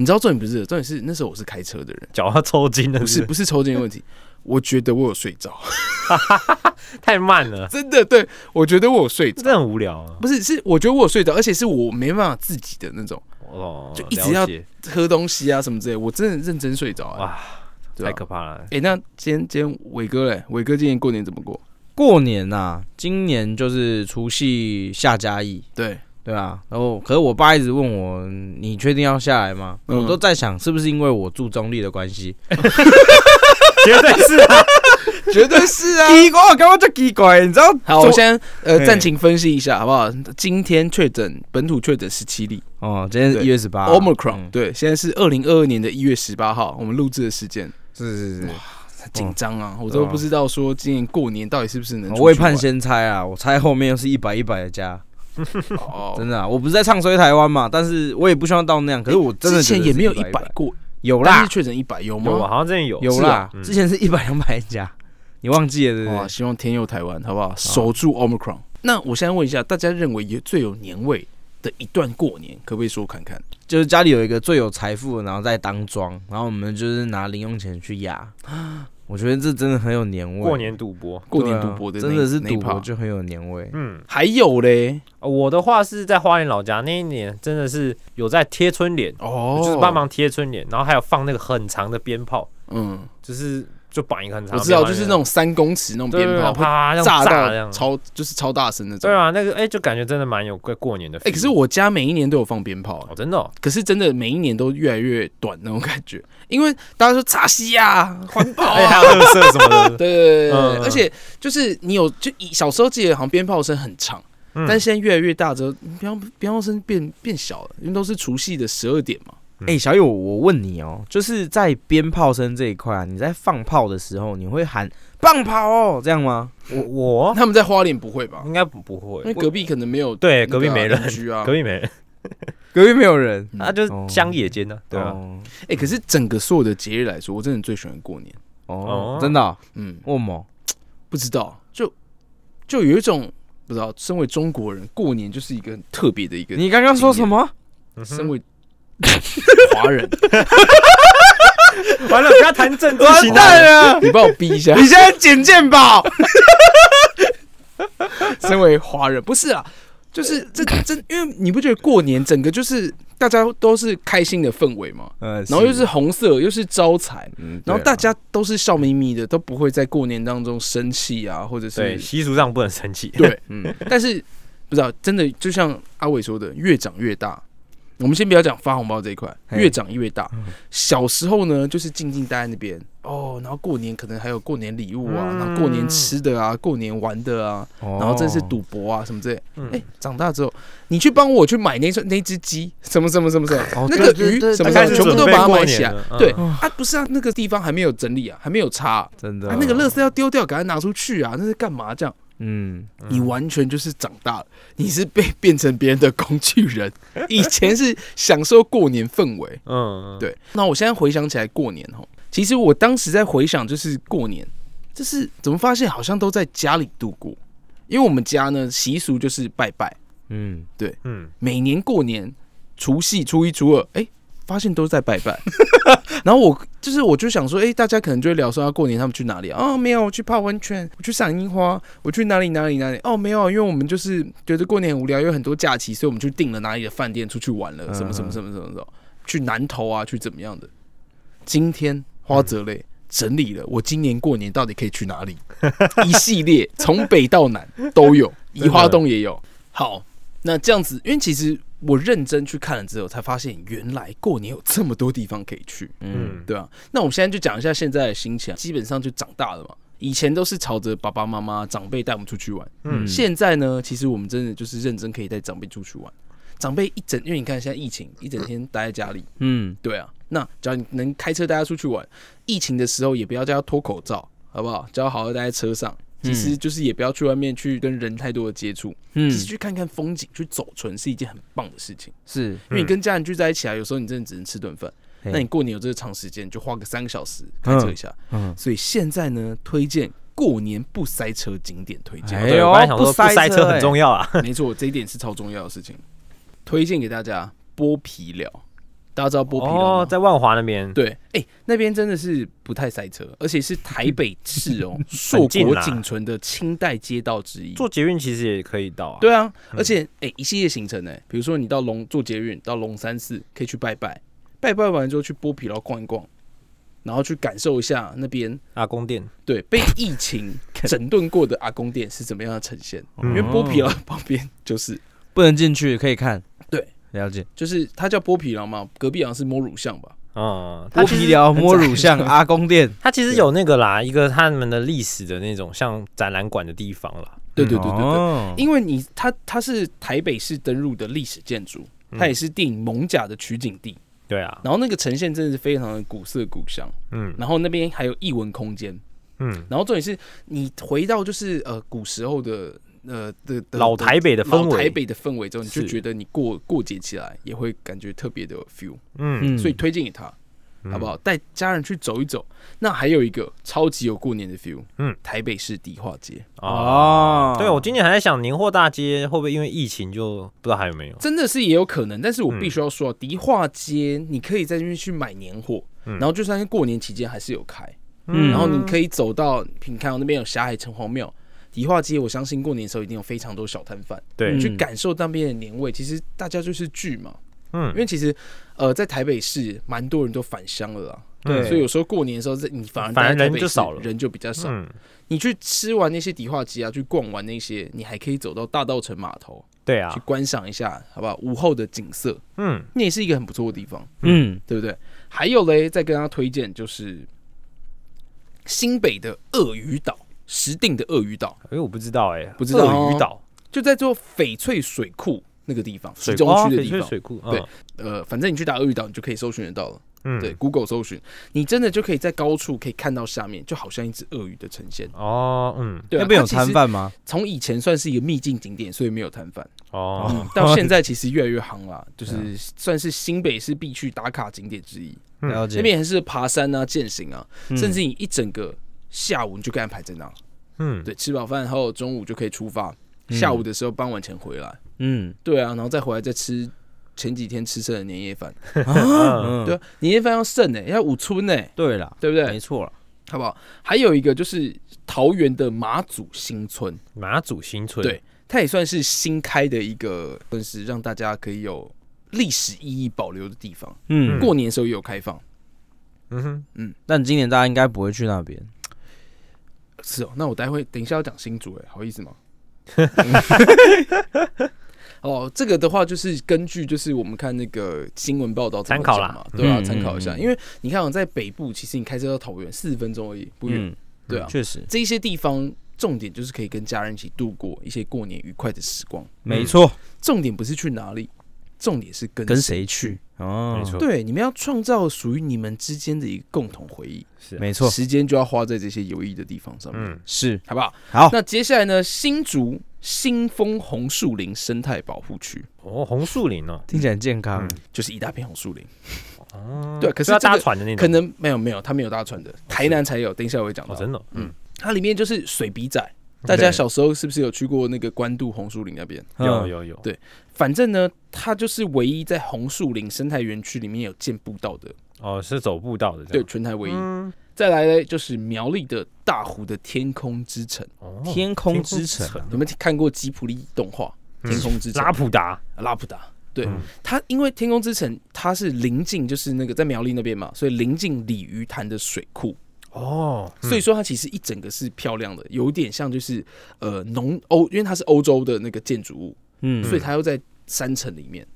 你知道重点不是这个，重点是那时候我是开车的人，
脚要抽筋了，
不是
不
不是抽筋的问题，我觉得我有睡着，
是太慢了，
真的，对我觉得我有睡着
真。的很无聊啊。
不是，是我觉得我有睡着，而且是我没办法自己的那种
哦，
就一直要
了解
喝东西啊什么之类，我真的认真睡着、啊。
哇，
对吧
太可怕了。
哎、那今天今天伟哥嘞，伟哥今年过年怎么过？
过年呐、啊今年就是除夕下嘉义，
对，
对啊，然后可是我爸一直问我，你确定要下来吗？
嗯
我都在想，是不是因为我住中立的关系？
绝对是啊，
绝对是啊。
奇怪，我刚刚就奇怪，你知道？
好，我先呃
嘿
暂停分析一下好不好？今天确诊本土确诊十七例
哦，今天
对
一月十八嗯
Omicron，、对，现在是二零二二年的一月十八号，我们录制的时间，
是是是，
很紧张啊，我都不知道说今年过年到底是不是能出去玩。
我未判先猜啊，我猜后面又是一百一百的加，
哦，
真的啊，我不是在唱衰台湾嘛，但是我也不希望到那样，可是我真的
之前
觉得
也没有
是
一百
100，
过，
有
但
啦
是确诊一百有吗？
有啊，好像真的有，
有
是
啦
啊，
嗯
之前是一百两百加，你忘记了对不
哇，
对？啊
希望天佑台湾，好不好？守住 Omicron。那我现在问一下，大家认为有最有年味的一段过年，可不可以说看看？
就是家里有一个最有财富的，然后在当庄，然后我们就是拿零用钱去 压，我觉得这真的很有年味。
过年赌博。
过年
对啊
赌博的那、
真的是
那一
赌博
part
就很有年味。
嗯，
还有嘞，
呃我的话是在花莲老家那一年，真的是有在贴春联，
哦
就是帮，忙贴春联，然后还有放那个很长的鞭炮，
嗯，
就是就绑一个很长
我
的
知
鞭炮在，
道，就是那种三公尺那种
对
鞭炮，会
啪那种
炸
这样
到。超就是超大声那种。
对啊，那个哎、就感觉真的蛮有过过年的 feel。
哎、可是我家每一年都有放鞭炮、
哦，真的、 哦，
可是真的每一年都越来越短那种感觉，因为大家说炸西啊，环保
哎、
啊，
还有特色什么的，
对对对对对
嗯嗯
而且就是你有就以小时候记得好像鞭炮声很长，
嗯
但现在越来越大之后，鞭炮鞭炮声变变小了，因为都是除夕的十二点嘛。
哎、小友，我问你哦，就是在鞭炮声这一块啊，你在放炮的时候，你会喊“棒跑哦”这样吗？
我我
他们在花莲不会吧？
应该不不会
嗯因为，隔壁可能没有
对
那个啊嗯
隔壁没人
邻居啊，
隔壁没人，
隔壁没有人，
那就是
哦
乡野间呢，对啊吧？
哦
哎、可是整个所有的节日来说，我真的最喜欢过年。
哦
哦，
真的哦
嗯，
为什么？
不知道，就就有一种不知道，身为中国人，过年就是一个很特别的一个。
你刚刚说什么？
嗯哼
身为 华人，
完了，不要谈政 治啊
完
形
蛋
态。
了！
你帮我逼一下
你。现在捡鉴宝，
身为华人，不是啊，就是这这，因为你不觉得过年整个就是大家都是开心的氛围吗？
嗯，
然后呃又是啊红色，又是招财，
嗯，
然
然
后大家都是笑眯眯的，都不会在过年当中生气啊，或者
对，
是
习俗上不能生气。
对，
嗯，
但是不知道真的就像阿伟说的，越长越大。我们先不要讲发红包这一块，
嘿
越长越
嗯
大。小时候呢，就是静静待在那边哦，然后过年可能还有过年礼物啊，
嗯
然后过年吃的啊，过年玩的啊，
然
然后这是赌博啊什么之类。
哦嗯
哎、长大之后，你去帮我去买那那只鸡， 什么什么什么什么，
哦
那
对
个
对
鱼
对
什
他
么
开
什
始
么，全部
准
都
备
把它
过
买起
年
来。
了。嗯
对啊，不是啊，那个地方还没有整理啊，还没有擦啊、
真的
啊，那个乐色要丢掉，赶快拿出去啊，那是干嘛这样？
嗯，
你完全就是长大了，你是被变成别人的工具人。以前是享受过年氛围，
嗯，嗯，
对。那我现在回想起来过年吼，其实我当时在回想就是过年，就是怎么发现好像都在家里度过，因为我们家呢习俗就是拜拜，
嗯，
嗯，
每年过年除夕、初一、初二，哎、发现都在拜拜。然后我就是我就想说，哎、大家可能就会聊说，啊，过年他们去哪里啊？哦，没有，我去泡温泉，我去赏樱花，我去哪里哪里哪里？哦，没有，因为我们就是觉得过年很无聊，有很多假期，所以我们去订了哪里的饭店出去玩了，什么什么什么什么什么，去南投啊，去怎么样的？今天花泽类。整理了我今年过年到底可以去哪里，一系列从北到南都有，
的
宜花东也有。好，那这样子，因为其实我认真去看了之后，才发现原来过年有这么多地方可以去，
嗯，
对啊。那我们现在就讲一下现在的心情啊，基本上就长大了嘛。以前都是朝着爸爸妈妈、长辈带我们出去玩，
嗯
现在呢，其实我们真的就是认真可以带长辈出去玩。长辈一整，因为你看现在疫情，一整天待在家里，
嗯，
对啊。那只要你能开车带他出去玩，疫情的时候也不要叫他脱口罩，好不好？叫他好好待在车上。其实就是也不要去外面去跟人太多的接触，
嗯
其实去看看风景、去走村是一件很棒的事情。
是，
因为你跟家人聚在一起啊，有时候你真的只能吃顿饭。
嘿
那你过年有这个长时间，你就花个三个小时开车一下。
嗯，
所以现在呢，推荐过年不塞车景点推荐。
哎
对
呦
我刚才想说不
不塞
塞
车欸
车很重要 啊。
没错，这一点是超重要的事情，推荐给大家剥皮寮。大家知道剥皮寮
哦
吗，？
在万华那边，
对，哎、那边真的是不太塞车，而且是台北市 哦，硕
近
果
啦
仅存的清代街道之一。
坐捷运其实也可以到啊。
对啊，而且哎、一系列行程呢、比如说你到龙坐捷运到龙山寺，可以去拜拜，拜拜完之后去剥皮寮逛一逛，然后去感受一下那边
阿公店，
对被疫 情整顿过的阿公店是怎么样的呈现，
嗯
因为剥皮寮旁边就是
不能进去，可以看，
对，
了解。
就是它叫剥皮寮嘛，隔壁好像是摸乳巷吧，
嗯，它
剥
其
皮
实
寮、摸乳巷、阿公店，
它其实有那个啦，一个他们的历史的那种像展览馆的地方啦。
对 对对对
哦
对，
对
因为你它它是台北市登入的历史建筑，它也是电影《猛甲》的取景地，
对啊，
然后那个呈现真的是非常的古色古香，
嗯
然后那边还有艺文空间。
嗯，
然后重点是你回到就是呃古时候的呃的的
老台北的氛
老台
围，
北的氛围之后，你就是觉得你过过节起来也会感觉特别的有 feel，、
嗯，
所以推荐给他，
嗯
好不好？带家人去走一走。那还有一个超级有过年的 feel，
嗯，
台北市迪化街
哦。
哦，
对，我今年还在想宁货大街会不会因为疫情就不知道还有没有。
真的是也有可能，但是我必
嗯
须要说啊，迪化街你可以在那边去买年货，
嗯
然后就算是过年期间还是有开。
嗯
然后你可以走到，你看到那边有霞海城隍庙、迪化街，我相信过年的时候一定有非常多小摊贩，
对
你去
嗯
感受那边的年味。其实大家就是聚嘛，
嗯
因为其实呃，在台北市蛮多人都返乡了啦，
嗯
对
所以有时候过年的时候，在你反而
反而
待在台
人
北
就
市
少了
人就比较少。
嗯，
你去吃完那些迪化街啊，去逛完那些，你还可以走到大道城码头
对啊
去，观赏一下，好不好？午后的景色，
嗯
那也是一个很不错的地方。
嗯，
对不对？还有嘞，再跟大家推荐就是新北的鳄鱼岛，石定的鳄鱼岛，
因为我不知道哎，
不知道哦
鳄鱼岛
就在做翡翠水库那个地方，
水
市中
库
区的
哦翡
地
翠
方。
水库，
对
嗯
呃，反正你去打鳄鱼岛，你就可以搜寻得到了。
嗯，
对，，Google 搜寻，你真的就可以在高处可以看到下面，就好像一只鳄鱼的呈现。
哦，嗯，
对、啊，
那边有
它其
摊
实
贩吗？
从以前算是一个秘境景点，所以没有摊贩。
哦，
嗯 到现在其实越来越夯啦，
啊
就是算是新北市必去打卡景点之一。
嗯
了解，
那边也是爬山啊、健行啊，
嗯
甚至你一整个下午你就可以安排在那。
嗯，
对，吃饱饭后中午就可以出发，
嗯
下午的时候傍晚前回来。
嗯
对啊，然后再回来再吃前几天吃剩的年夜饭。
嗯，
嗯
对啊，年夜饭要剩呢、要五村呢、
对啦，
对不
没
对？
错了，
好不好？还有一个就是桃园的马祖新村，
马祖新村，
对它也算是新开的一个，算是让大家可以有历史意义保留的地方。
嗯，
过年的时候也有开放，
嗯哼，
但今年大家应该不会去那边，
是哦。那我待会等一下要讲新竹，哎，好意思吗？哦，这个的话就是根据就是我们看那个新闻报道怎么
参考
讲
啦
嘛，对啊，
嗯
参考一下。
嗯嗯
因为你看我在北部，其实你开车到桃园四十分钟而已，不远。
嗯，
对啊，
确实
这一些地方重点就是可以跟家人一起度过一些过年愉快的时光。
没错，
重点不是去哪里，重点是跟
跟谁去？
嗯
哦，
没错，
对，你们要创造属于你们之间的一个共同回忆，
是啊，
没错，
时间就要花在这些有意义的地方上面，
嗯，
是
好不好？
好，
那接下来呢，新竹新丰红树林生态保护区
哦，红树林哦，
听起来很健康
嗯，
就是一大片红树林，
嗯
哦，
对可是
要
这个
搭船的那种，
可能没有没有，它没有搭船的，台南才有，等一下我会
嗯
讲
哦，
到。
真的哦，
嗯
嗯，
它里面就是水笔仔，大家
对
小时候是不是有去过那个关渡红树林那边？
有
嗯
有有，
对反正呢，它就是唯一在红树林生态园区里面有建步道的，
哦，是走步道的，
对，，全台唯一。
嗯，
再来呢，就是苗栗的大湖的天空之城，
哦，
天空之城
天空
有没有看过吉普力动画《
嗯
天空之城》
拉普达，
拉普达？对
嗯，
它因为天空之城它是临近就是那个在苗栗那边嘛，所以临近鲤鱼潭的水库，
哦，嗯
所以说它其实一整个是漂亮的，有点像就是呃农欧，因为它是欧洲的那个建筑物，
嗯，
所以它又在山城里面，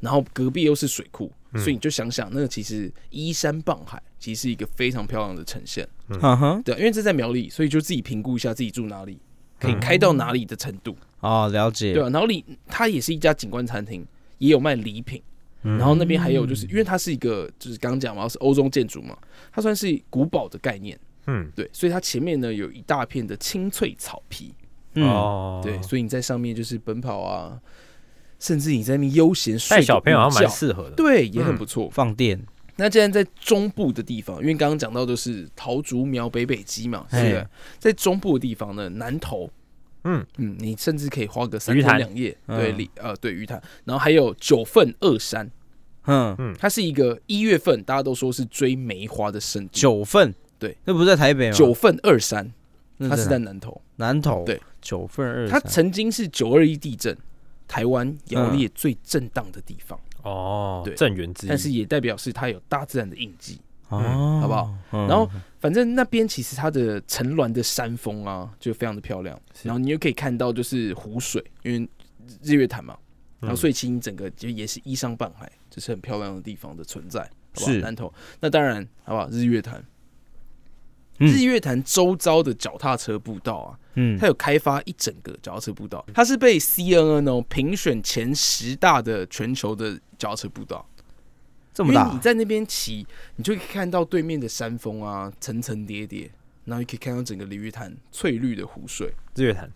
然后隔壁又是水库，
嗯
所以你就想想，那个其实依山傍海，其实是一个非常漂亮的呈现。
嗯哼，
对，因为这在苗栗，所以就自己评估一下自己住哪里，可以
嗯
开到哪里的程度，
哦，了解，
对啊，然后里它也是一家景观餐厅，也有卖礼品，
嗯
然后那边还有就是因为它是一个就是刚刚讲嘛，是欧洲建筑嘛，它算是古堡的概念，
嗯，
对，所以它前面呢有一大片的青翠草皮，
嗯，
哦，
对，所以你在上面就是奔跑啊，甚至你在那边悠闲
带
睡个
小朋友好像
午
蛮
觉
适合的，
对，也很
嗯
不错。
放电，
那既然在中部的地方，因为刚刚讲到的是桃竹苗北北基嘛，是
嘿
不是？在中部的地方呢，南投，
嗯
嗯，你甚至可以花个三
鱼
天
潭
两夜，
嗯
对，里呃对鱼潭，然后还有九份二山，
嗯，
它是一个一月份大家都说是追梅花的圣地，
九份，
对，
那不是在台北吗？
九，份二山，
那
它是
哪
在南投，
南投，
对，
九份嗯二
它
三，
曾经是九二一地震。台湾摇曳最震荡的地方，
哦，
对
正源之一，
但是也代表是它有大自然的印记。
哦，
好不好？
然
然后反正那边其实它的层峦的山峰啊，就非常的漂亮。
是
然后你又可以看到就是湖水，因为日月潭嘛，
嗯
然后所
以
以其实你整个就也是依山傍海，这是很漂亮的地方的存在，好不好？
是
南投，那当然，好不好？日月潭，
嗯
日月潭周遭的脚踏车步道啊，
嗯
它，有开发一整个脚踏车步道，它是被 CNN 哦评选前十大的全球的脚踏车步道。
这么
因为
大
你，在那边骑，你就可以看到对面的山峰啊，层层叠叠，然后你可以看到整个鲤鱼潭翠绿的湖水，
日月潭，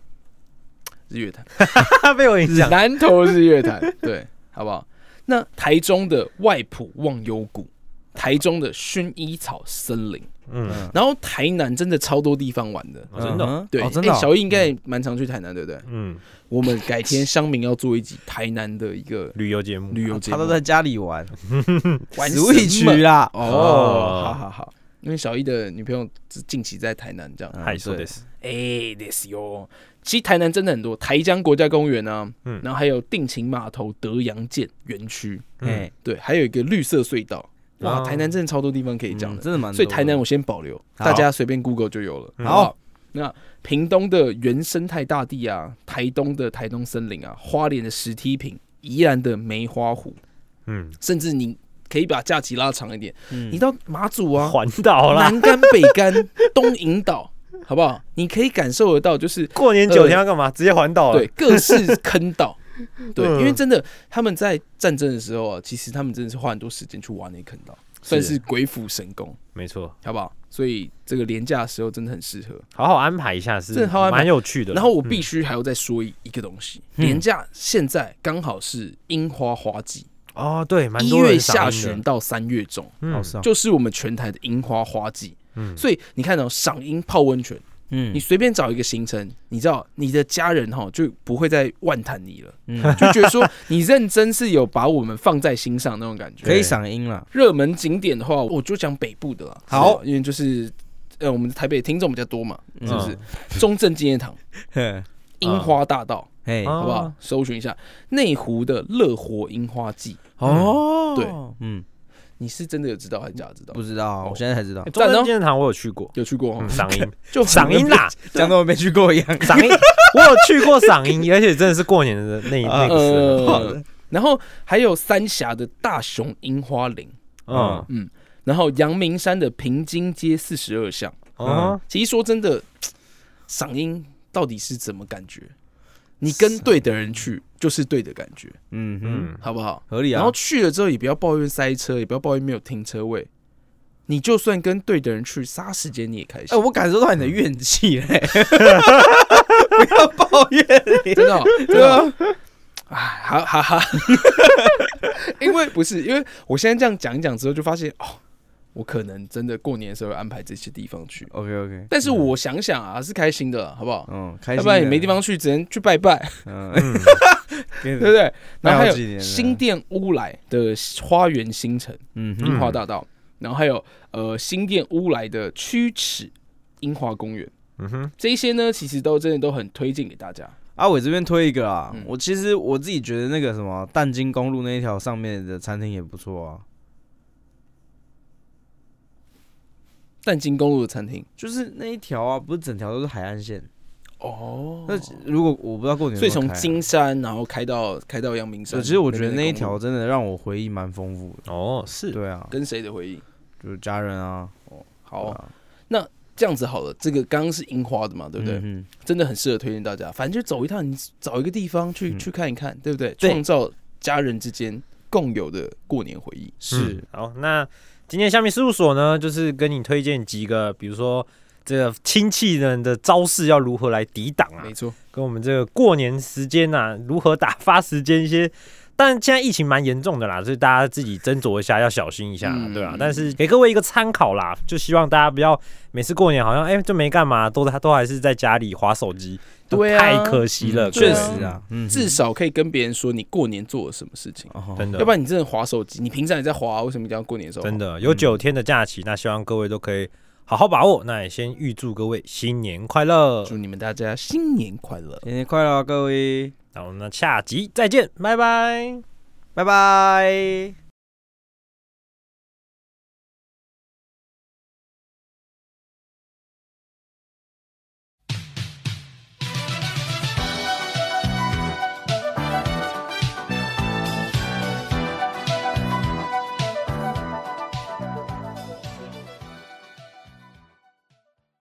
日月潭，
他被我影响，
南投日月潭， 对，好不好？那台中的外埔忘忧谷，台中的薰衣草森林，
嗯，
然后台南真的超多地方玩的。
哦真的哦，
嗯
对，
哦真的
诶
哦，
小易应该也蛮常去台南，对不对？
嗯，
我们改天乡民要做一集台南的一个
旅游节目，
旅游 节
他
目，
都在家里玩
玩什 么
Switch 啦，
哦，
哦
好好好，因为小易的女朋友近期在台南，这样。
害羞的
对
是，
哎，this 哟，其实台南真的很多，台江国家公园啊，
嗯
然后还有定情码头、德阳舰园区，
嗯，
哎，
对，还有一个绿色隧道，哇，
哦
台南真的超多地方可以讲
嗯
的，
真的蛮多的，
所以台南我先保留，
好
大家随便 Google 就有了。
嗯
不好，那屏东的原生态大地啊，台东的台东森林啊，花莲的石梯坪，宜兰的梅花湖，
嗯，
甚至你可以把假期拉长一点，
嗯
你到马祖啊，
环岛啦，
南竿、北竿、东引岛，好不好？你可以感受得到，就是
过年九天要干嘛？直接环岛了，
呃对，各式坑 道。对，
啊嗯
因为真的他们在战争的时候啊，其实他们真的是花很多时间去挖那些坑道。算是鬼斧神工，
没错，
好不好？所以这个廉价的时候真的很适合。
好好安排一下是
真的好好安排
蛮有趣的。
然后我必须还要再说一一个东西，
嗯
廉价现在刚好是樱花花季，
哦，对，蛮
一
多人
月
赏樱
下
的
旬，到三月中，
嗯
是啊，
就是我们全台的樱花花季。
嗯，
所以你看到、哦赏樱泡温泉，
嗯
你随便找一个行程，你知道你的家人哈就不会再万谈你了，
嗯
就觉得说你认真是有把我们放在心上那种感觉。
可以赏樱了，
热门景点的话，我就讲北部的啦。
好
是吧因为就是呃，我们台北听众比较多嘛，
嗯
是不是？中正纪念堂、
嘿
樱花大道，
嘿
啊
好不好？搜寻一下内湖的乐活樱花季，
哦
对，
嗯，
你是真的有知道还是假的知道
不？知道，我现在才知道
欸，
赞
中
哦
正纪念堂我有去过，
有去过哈
嗯，，赏 樱，
就很
赏樱啦，
讲的我没去过一样。
啊
赏 樱，我有去过赏樱，而且真的是过年的那那个时候，
呃，然后还有三峡的大熊樱花林，呃
嗯
然后阳明山的平津街四十二巷。
哦，
其实说真的，赏樱到底是怎么感觉？你跟对的人去，就是对的感觉，
嗯嗯，
嗯，
好不好？
合理啊。
然后去了之后，也不要抱怨塞车，也不要抱怨没有停车位。你就算跟对的人去，杀时间你也开
哎、
心。
我感受到你的怨气嘞、 不要抱怨。
真的哦、真的哦、哎，哈哈哈， 因为不是，因为我现在这样讲一讲之后，就发现哦，我可能真的过年的时候要安排这些地方去，
OK OK，
但是我想想啊，是开心的啦，好不好？
嗯，开心。
要不然也没地，方去，只能去拜拜，
嗯，
对不对？然后还
拜好几年
有
了
新店乌来的花园新城
嗯
樱
哼，
花大道，然后还有呃新店乌来的曲尺樱花公园，
嗯哼，
这一些呢，其实都真的都很推荐给大家。
阿伟这边推一个啊，
嗯
我其实我自己觉得那个什么淡金公路那一条上面的餐厅也不错啊，
淡金公路的餐厅
就是那一条啊，不是整条都是海岸线。
哦
那如果我不知道过年有没
所以
有开啊，
从金山，然后开到开到阳明山。
对，其实我觉得那一
边的公
条
路
真的让我回忆蛮丰富的。
哦是，
对啊，
跟谁的回忆？
就是家人啊，
好
对
啊、
啊，
这样子好了，这个刚刚是樱花的嘛，对不对？
嗯
真的很适合推荐大家。反正就走一趟，你找一个地方去、
嗯
去看一看，对不对？
对
创造家人之间共有的过年回忆。
是
嗯好，那今天虾米事务所呢，就是跟你推荐几个，比如说这个亲戚人的招式要如何来抵挡啊
嗯没，错，
跟我们这个过年时间呐、如何打发时间一些。但现在疫情蛮严重的啦，所以大家自己斟酌一下，要小心一下啦，
嗯
对吧、啊但是给各位一个参考啦，就希望大家不要每次过年好像哎、就没干嘛，都都还是在家里划手机，
对啊
太可惜了，
嗯
对
确
啊
实啊，嗯，
至少可以跟别人说你过年做了什么事情。
哦
真的，
要不然哦你真的划手机，你平常也在划，为什么一定要过年的时候？
嗯真，的有九天的假期，那希望各位都可以好好把握。那也先预祝各位新年快乐，
祝你们大家新年快乐。
新年快乐啊，各位，
那我们下集再见，拜拜。
拜拜。